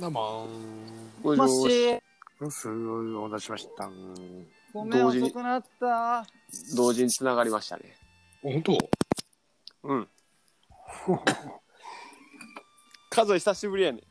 どうもごも乗し、車すごいお待たせしました。ごめん、同時に遅くなった。同時に繋がりましたね。ーん。本当うん。カズ久しぶりやね。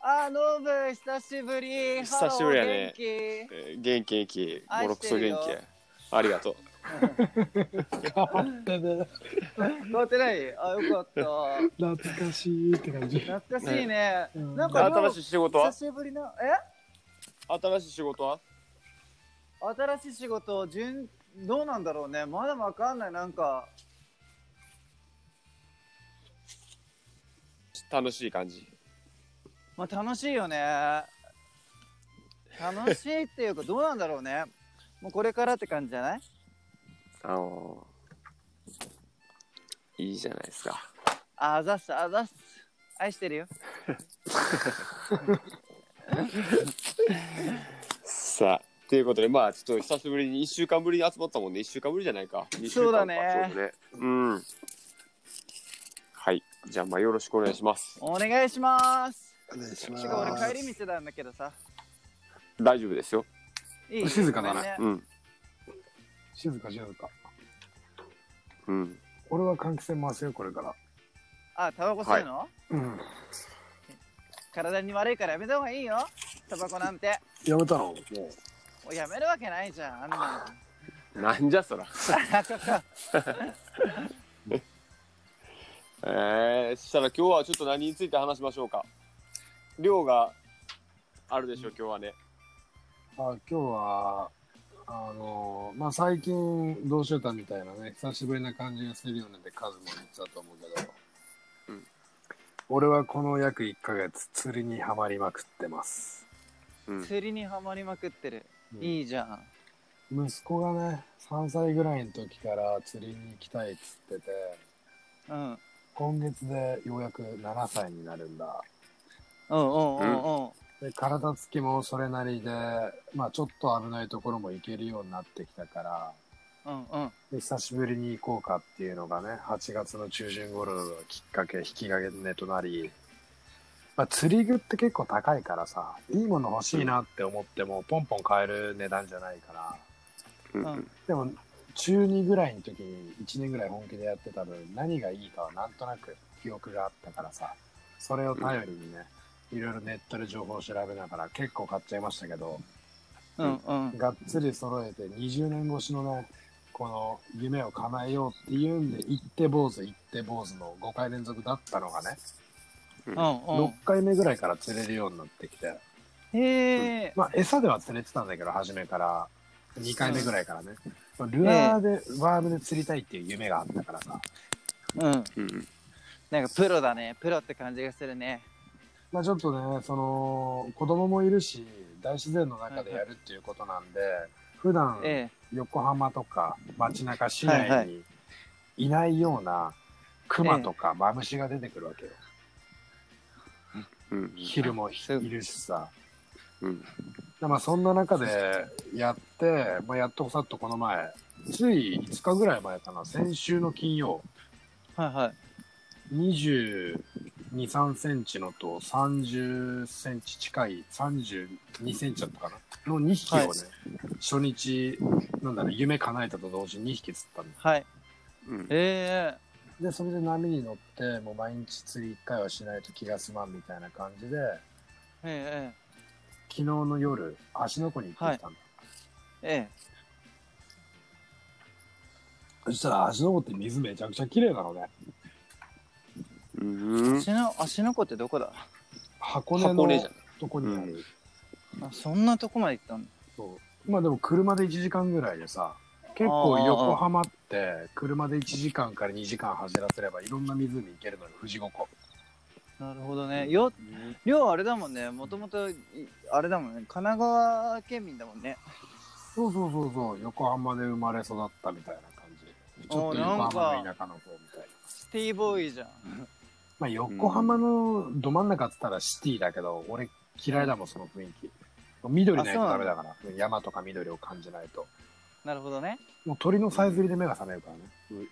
あ、ノブ、久しぶり。久しぶりやねハロー元えー元気元気、ボ愛ロしクてソる元よ気や。ありがとう。変わったね。気。変わってないあ、よ かった。懐かしいって感じ。懐かしいね。うんなんか、新しい仕事久はしぶりな、え新しい仕事は新しい仕事、順、どうなんだろうね。まだわかんない。なんか、楽しい感じ。まあ楽しいよね。楽しいっ ていうか、どうなんだろうね。もうこれからって感じじゃないあのーいいじゃないですか。あざっす、あざっす。愛してるよ。さあ、ということで、まあ、ちょっと久しぶりに1週間ぶりに集まったもんね。1週間ぶりじゃないか。2週間かそうだねちょうどね。うん。はい。じゃあ、まあ、よろしくお願いします。お願いします。お願いしまますす。てか、俺帰り道なんだけどさ。大丈夫ですよ。いい静かだなごめんねうん。静か静か。うん。俺は換気扇回すよ、これから。あ、タバコ吸うの、うん。体に悪いからやめた方がいいよ。タバコなんて。やめたのもう。おやめるわけないじゃん、あんななんじゃ そら。の。えー、したら今日はちょっと何について話しましょうか。量があるでしょう、今日はね。あ今日は、あのーまあ、最近どうしてたみたいなね、久しぶりな感じがするよねってカズも言ってたと思うけど、うん俺はこの約1ヶ月釣りにはまりまくってます。うん。釣りにはまりまくってる。うんいいじゃん。息子がね、3歳ぐらいの時から釣りに行きたいっつってて、うん。うん今月でようやく7歳になるんだ。うんうんうん。で体つきもそれなりで、まあちょっと危ないところも行けるようになってきたから、うんうん。で久しぶりに行こうかっていうのがね、8月の中旬頃のきっかけ、引き金となり、まあ、釣り具って結構高いからさ、いいもの欲しいなって思っても、ポンポン買える値段じゃないから、うんうんでも、中2ぐらいの時に1年ぐらい本気でやってた分、何がいいかはなんとなく記憶があったからさ、それを頼りにね、いろいろネットで情報を調べながら結構買っちゃいましたけど、うんうん。がっつり揃えて20年越しのね、この夢を叶えようっていうんで、行って坊主行って坊主の5回連続だったのがね、うん6回目ぐらいから釣れるようになってきて、うん。へえ。まあ餌では釣れてたんだけど、初めから、2回目ぐらいからね、まあルアーで、ワームで釣りたいっていう夢があったからさ、うん。うん。なんかプロだね。プロって感じがするね。まあちょっとね、その、子供もいるし、大自然の中でやるっていうことなんで、普段、え横浜とか街中市は内いにいないようなクマとかマムシが出てくるわけよ。うん。昼もひそういるしさ。うん。でまあそんな中でやって、まあ、やっとさっとこの前、つい5日ぐらい前かな、先週の金曜、え。はいはい。 22、3センチのと30センチ近い、32センチだったかなの2匹をね、はい初日、なんだろう、夢叶えたと同時に2匹釣ったんだはい。うん。えで、それで波に乗って、もう毎日釣り一回はしないと気が済まんみたいな感じで、え。え昨日の夜、芦ノ湖に行ってきたんだ。え。ええ。そしたら芦ノ湖って水めちゃくちゃ綺麗なのね。うん。足の、足の子ってどこだ箱根箱根じゃのん。とこにある。あそんなとこまで行ったんだ。そうまあでも車で1時間ぐらいでさ、結構横浜って車で1時間から2時間走らせればいろんな湖行けるのよ、富士五湖。なるほどね。よ、量あれだもんね。もともと、いあれだもんね。神奈川県民だもんね。そうそうそうそう、横浜で生まれ育ったみたいな感じ。ちょっと横浜の田舎の方みたいな。シティーボーイじゃん。まあ、横浜のど真ん中っつったらシティだけど、俺嫌いだもん、その雰囲気。緑ないとダメだから、山とか緑を感じないと。なるほどね。もう鳥のさえずりで目が覚めるからね、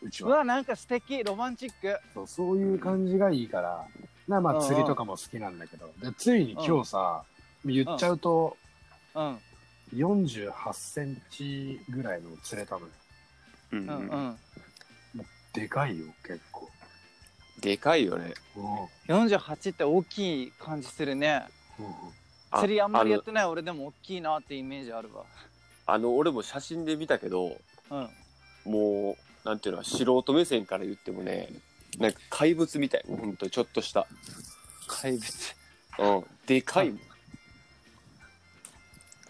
ううちうはわ、なんか素敵、ロマンチック。そう。そういう感じがいいから、なまうんあうん釣りとかも好きなんだけど、でついに今日さ、言っちゃうとうん48センチぐらいの釣れたのよ。うんうんううんんでかいよ、結構。でかいよね。うん48って大きい感じするねう釣りあんまりやっのてない俺でも大きいなってイメージあるわあの俺も写真で見たけどうんもうなんていうの素人目線から言ってもねなんか怪物みたいほんとちょっとした、怪物うん、でかいもん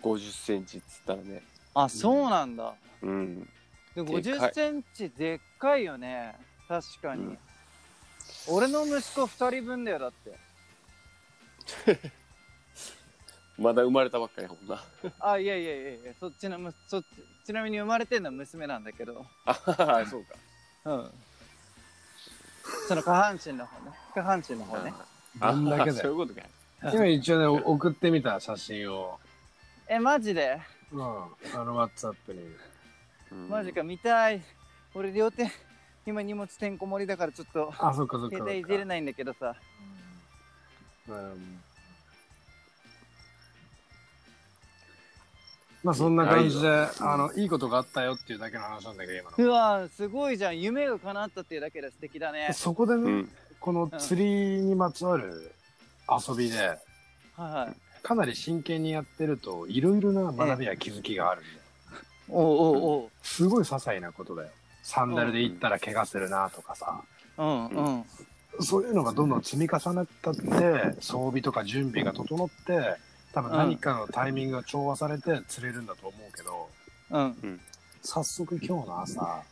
50センチっつったらねあそうなんだ、うんででかい50センチでっかいよね確かに、うん俺の息子2人分だよだってまだ生まれたばっかりやもんなあいやいやいやいやそっちのむそっちちなみに生まれてんのは娘なんだけどああそうかうんその下半身の方ね下半身の方ねあんどんだけだ そういよ。うことか今一応ね、お送ってみた写真を、えマジでうん、あの、ワッツアップに。マジか見たい俺両手今荷物てんこ盛りだからちょっとあ、そっかそっかそ携っ帯いかじれないんだけどさうんまあそんな感じで、あの、いいことがあったよっていうだけの話なんだけど、今の。うわすごいじゃん夢が叶ったっていうだけで素敵だねそこでうね、んこの釣りにまつわる遊びで、はいはいかなり真剣にやってると、いろいろな学びや気づきがあるんで、おうおうすごい些細なことだよ。サンダルで行ったら怪我するなとかさ、おううんうんそういうのがどんどん積み重なったって、装備とか準備が整って、多分何かのタイミングが調和されて釣れるんだと思うけど、うん早速今日の朝、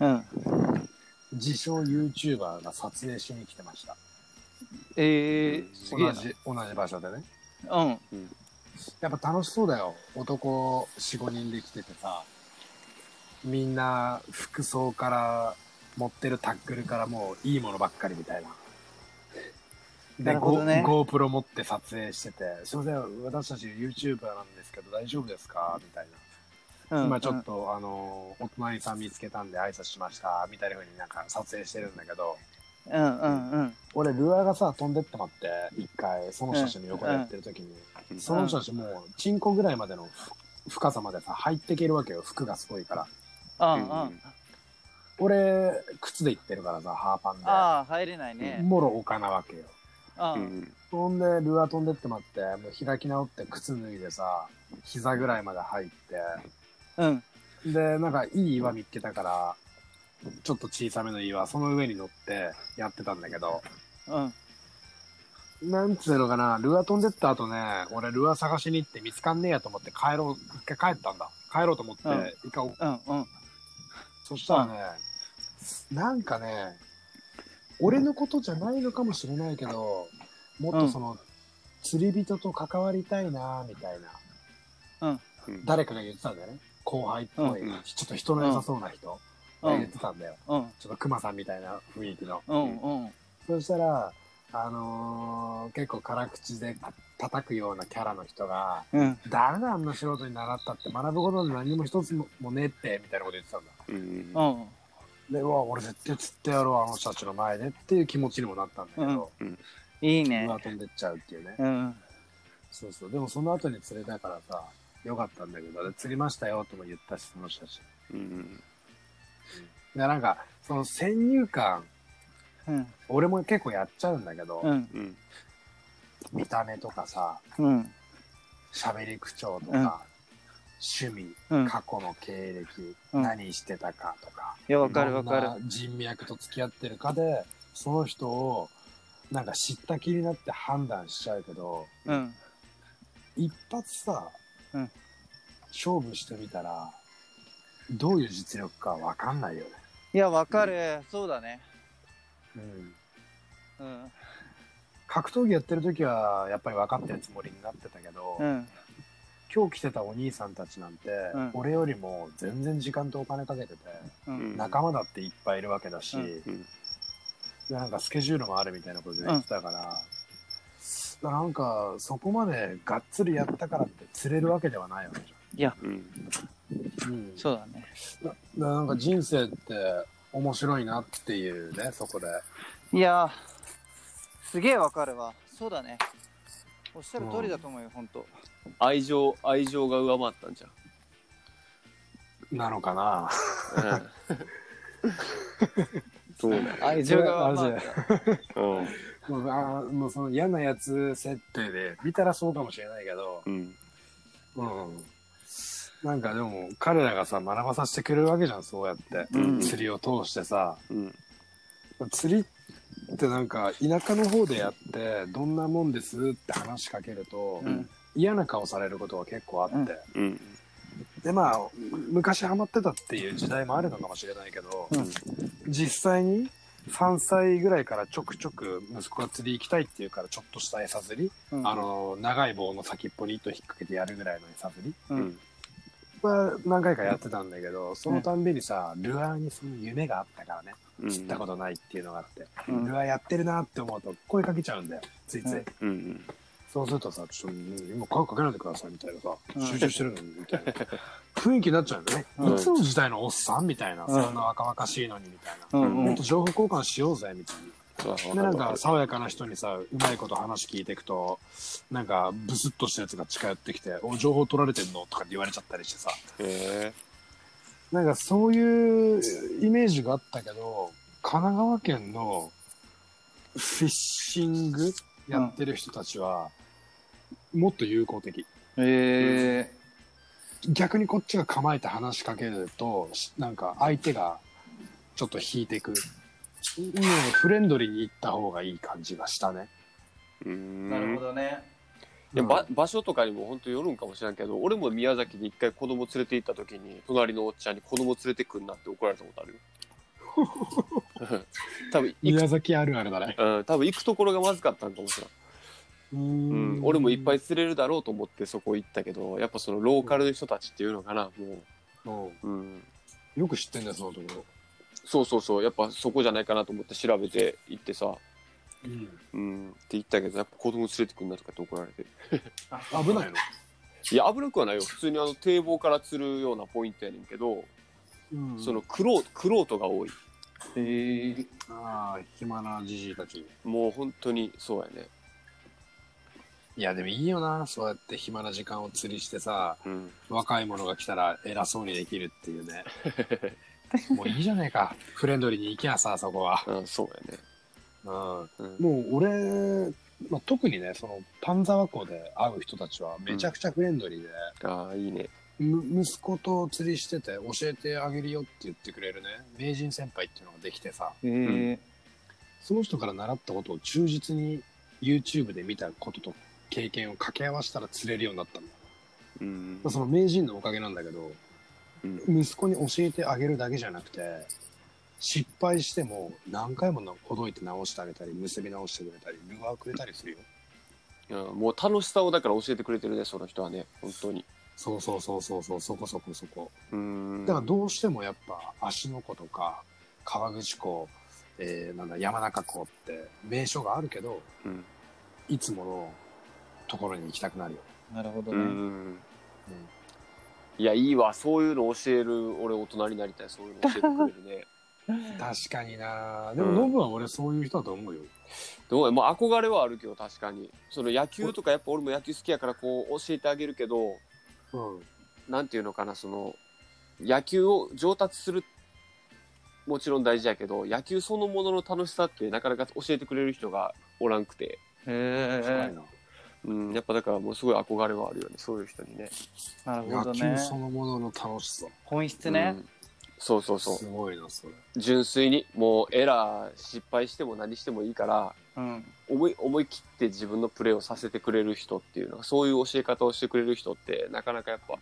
うん自称 YouTuber が撮影しに来てました。えー、すげえ同じ、同じ場所でね。なうんやっぱ楽しそうだよ。男4、5人で来ててさ、みんな服装から持ってるタックルからもういいものばっかりみたいな。でなるほどね Go- GoPro 持って撮影してて、すいません、私たち YouTuber なんですけど大丈夫ですかみたいな。うん今ちょっと、あの、お隣さん見つけたんで挨拶しました、みたいな風になんか撮影してるんだけど、うんうんうん俺、ルアーがさ、飛んでってもらって、一回、その人たちの横でやってる時に、うんその人たちもう、チンコぐらいまでのふ深さまでさ、入っていけるわけよ、服がすごいから。うんうんうん俺、靴で行ってるからさ、ハーパンで。ああ入れないねもろ丘なわけよ。あうんほんで、ルアー飛んでってもらって、もう開き直って靴脱いでさ、膝ぐらいまで入って、うんで、なんかいい岩見っけたから、ちょっと小さめの岩、その上に乗ってやってたんだけど、うんなんつうのかな、ルアー飛んでった後ね、俺ルアー探しに行って見つかんねえやと思って帰ろう、一回帰ったんだ。帰ろうと思ってうん、一回、うんうんそしたらね、なんかね、俺のことじゃないのかもしれないけど、もっとその、釣り人と関わりたいな、みたいな、うんうん誰かが言ってたんだよね。後輩っぽい、うんうんちょっと人の良さそうな人うが言っんてたんだよ。うんちょっと熊さんみたいな雰囲気の。うんうんそしたら、あのー結構辛口で叩くようなキャラの人が、うん誰だあんな素人に習ったって学ぶことで何も一つもねえって、みたいなこと言ってたんだ。うんうんで、うわ、俺絶対釣ってやろう、あの人たちの前でっていう気持ちにもなったんだけど、いいうん、ね飛んでっちゃうっていうね。うんそうそう。でもその後に釣れたからさ、よかったんだけど、で釣りましたよとも言ったし、その人たち。うんで、なんか、その先入観、うん俺も結構やっちゃうんだけど、うんうん見た目とかさ、うん喋り口調とか、趣味、うん過去の経歴、うん何してたかとか、いやわかるわかどるんな人脈と付き合ってるかで、その人を、なんか知った気になって判断しちゃうけど、うん一発さ、うん勝負してみたら、どういう実力かわかんないよね。いやわかるそうだねうんうん格闘技やってる時は、やっぱり分かってるつもりになってたけど、うん今日来てたお兄さんたちなんて、うん俺よりも全然時間とお金かけてて、うん仲間だっていっぱいいるわけだし、ううんでなんかスケジュールもあるみたいなことで言ってたから、なんかそこまでがっつりやったからって釣れるわけではないわけじうんゃん。うんそうだねななんか人生って面白いなっていうね、そこで。いやすげえわかるわそうだねおっしゃる通りだと思うよ、ほんと愛情愛情が上回ったんじなのかなゃん、 そうね愛情がマジまでうあんもうあーもうその嫌なやつ設定で見たらそうかもしれないけど、うんうん、なんかでも彼らがさ学ばさせてくれるわけじゃんそうやって、うん釣りを通してさうん釣りってなんか田舎の方でやってどんなもんですって話しかけると、うん嫌な顔されることが結構あって、うんうんでまあ昔ハマってたっていう時代もあるのかもしれないけど、うん実際に3歳ぐらいからちょくちょく息子が釣り行きたいっていうからちょっとした餌釣りうんあの長い棒の先っぽに糸引っ掛けてやるぐらいの餌振りううんんは何回かやってたんだけどそのたんびにさルアーにその夢があったからねうん釣ったことないっていうのがあって、うんルアーやってるなって思うと声かけちゃうんだよついつい、うんうんうんそうするとさちょっと今声かけないでくださいみたいなさうん集中してるのにみたい な雰囲気になっちゃうんだね、うんいつの時代のおっさんみたいな、うんそんな若々しいのにみたいな、ううんんもっうんと情報交換しようぜみたいなわでなんわかる爽やかな人にさうまいこと話聞いていくとなんかブスッとしたやつが近寄ってきて「お情報取られてんの?」とかって言われちゃったりしてさへなんかそういうイメージがあったけど神奈川県のフィッシングやってる人たちは、もっと友好的え逆にこっちが構えて話しかけるとしなんか相手がちょっと引いてくもうフレンドリーに行った方がいい感じがしたねええななるほどねいやうんば場所とかにも本当よるんかもしれんけど俺も宮崎に一回子供連れて行った時に隣のおっちゃんに子供連れてくんなって怒られたことあるよ多分行く宮崎あるあるだねうん、多分行くところがまずかったんかもしれんううんん俺もいっぱい。い釣れるだろうと思ってそこ行ったけどやっぱそのローカルの人たちっていうのかなもう、うん、よく知ってんだよ、そのとこそうそうそうやっぱそこじゃないかなと思って調べて行ってさ、ろ。うん、って言ったけどやっぱ子供連れてくんなとかって怒られて危ないのいや危なくはないよ普通にあの堤防から釣るようなポイントやねんけど、うんそのクロクロートが多いへえああ、暇なじじいたち。もう本当にそうやねいや、でもいいよな、そうやって暇な時間を釣りしてさ、うん若い者が来たら偉そうにできるっていう ね。もういいじゃねえか。フレンドリーに行きゃさ、そこは。うんそうやねうん。うんもう俺、まあ、特にね、その、丹沢湖で会う人たちはめちゃくちゃフレンドリーで、ああいいねむ息子と釣りしてて教えてあげるよって言ってくれるね、名人先輩っていうのができてさ、へえその人から習ったことを忠実に YouTube で見たことと経験を掛け合わせたら釣れるようになったんだ。うんまあその名人のおかげなんだけど、うん息子に教えてあげるだけじゃなくて、失敗しても何回もなほどいて直してあげたり、結び直してくれたり、ルアーくれたりするよ。うんもう楽しさをだから教えてくれてるねその人はね本当にそうそうそうそうそう、そこそこそこ。うんだからどうしてもやっぱ芦ノ湖とか川口湖、えーなんだ山中湖って名所があるけど、うんいつものところに行きたくなるよ。なるほどうねんうんいやいいわそういうの教える俺大人になりたいそういうの教えてくれる ね確かになでもノブは俺そういう人だと思うよ、どうもう憧れはあるけど確かにその野球とかやっぱ俺も野球好きやからこう教えてあげるけどうんなんていうのかなその野球を上達するもちろん大事やけど野球そのものの楽しさってなかなか教えてくれる人がおらんくて、深いへえな、うん、やっぱだからもうすごい憧れはあるよねそういう人にね。なるほ野ど球ねそのものの楽しさ本質ねうんそうそうそうすごいなそれ純粋にもうエラー失敗しても何してもいいからうん思い思い切って自分のプレーをさせてくれる人っていうのがそういう教え方をしてくれる人ってなかなかやっぱ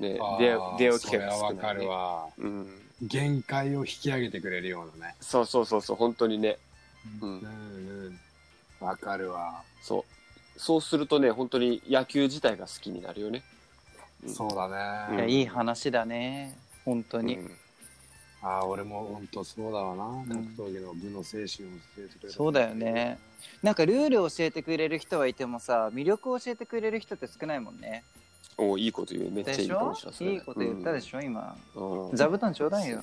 ねあー出会う出会う機それ会がは少わなかい、るねわうん、限界を引き上げてくれるようなねそうそうそうそう本当にね、ううんん、うんわかるわ、そうそうするとね本当に野球自体が好きになるよねうんそうだういんねやいい話だね本当にうんああ俺も本当そうだわな格ん闘技の部の精神を教えてくれるそうだよねなんかルールを教えてくれる人はいてもさ魅力を教えてくれる人って少ないもんねおいいこと言うめっちゃでいいしかもょしれないいいこと言ったでしょ今ょ座布団ちょうだいよ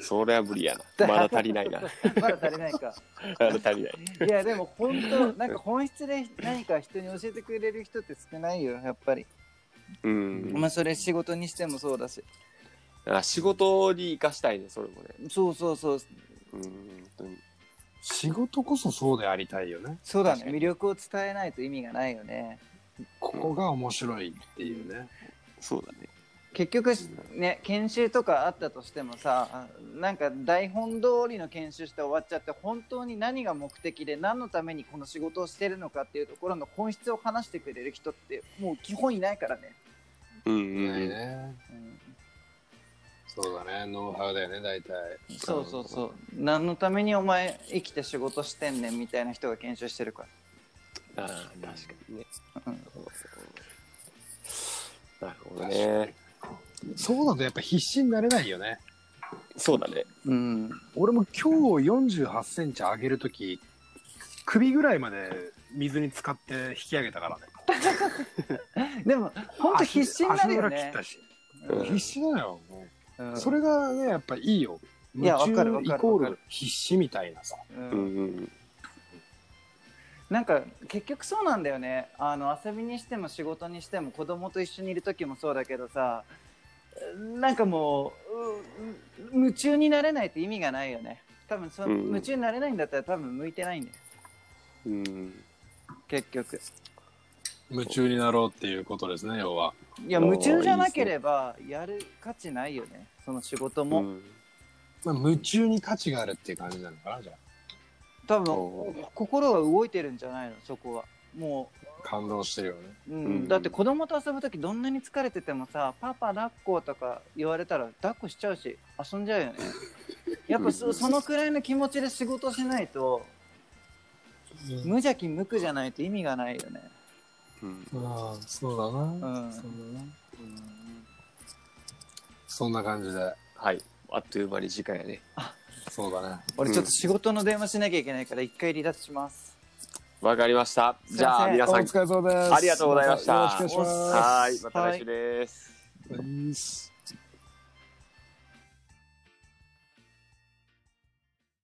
それは無理やな。まだ足りない な。まだ足りないか。まだ足りない。いやでも本当なんか本質で何か人に教えてくれる人って少ないよやっぱり、うん。まあそれ仕事にしてもそうだしあ仕事に生かしたいね、それもね。そうそうそううん本当に。仕事こそそうでありたいよね。そうだ確ねかに魅力を伝えないと意味がないよねここが面白いっていうね。そうだね。結局ね研修とかあったとしてもさなんか台本通りの研修して終わっちゃって本当に何が目的で何のためにこの仕事をしてるのかっていうところの本質を話してくれる人ってもう基本いないからね、うんなういん。ね。うん、そうだね。ノウハウだよね、大体。そうそうそう何のためにお前生きて仕事してんねんみたいな人が研修してるからああ、確かにね。うんなるほどね。そうだとやっぱ必死になれないよね。そうだね。うん、俺も今日48センチ上げるとき、首ぐらいまで水に浸かって引き上げたからね。でも本当必死になる足よね裏切った、しうん必死だよ。もううんそれがね、やっぱいいよ。い夢やわか中るわイかるコわーかル必死みたいなさ。うんうんうん。なんか結局そうなんだよねあの遊びにしても仕事にしても子供と一緒にいる時もそうだけどさなんかもうう夢中になれないって意味がないよね多分そのうん夢中になれないんだったら多分向いてないんだようん。結局夢中になろうっていうことですね、要は。いやおー夢中じゃなければやる価値ないよねその仕事も、うんまあ、夢中に価値があるっていう感じなのかな、じゃあ。多お分心が動いてるんじゃないのそこはも感動してるよね。う、うんうんだって子供と遊ぶ時どんなに疲れててもさ「パパ抱っこ」とか言われたら抱っこしちゃうし遊んじゃう よねやっぱうそんそのくらいの気持ちで仕事しないと無邪気無垢じゃないと意味がないよねうん。ああ、そうだな。うんそうだな。そんな感じで、はい。あっという間に時間やね。そうだね。俺ちょっと仕事の電話しなきゃいけないから一回離脱しますわかりました。すいませんじゃあ、皆おさん、疲れ様です。ありがとうございましたよろしくお願いします。はい。また来週です。いいっす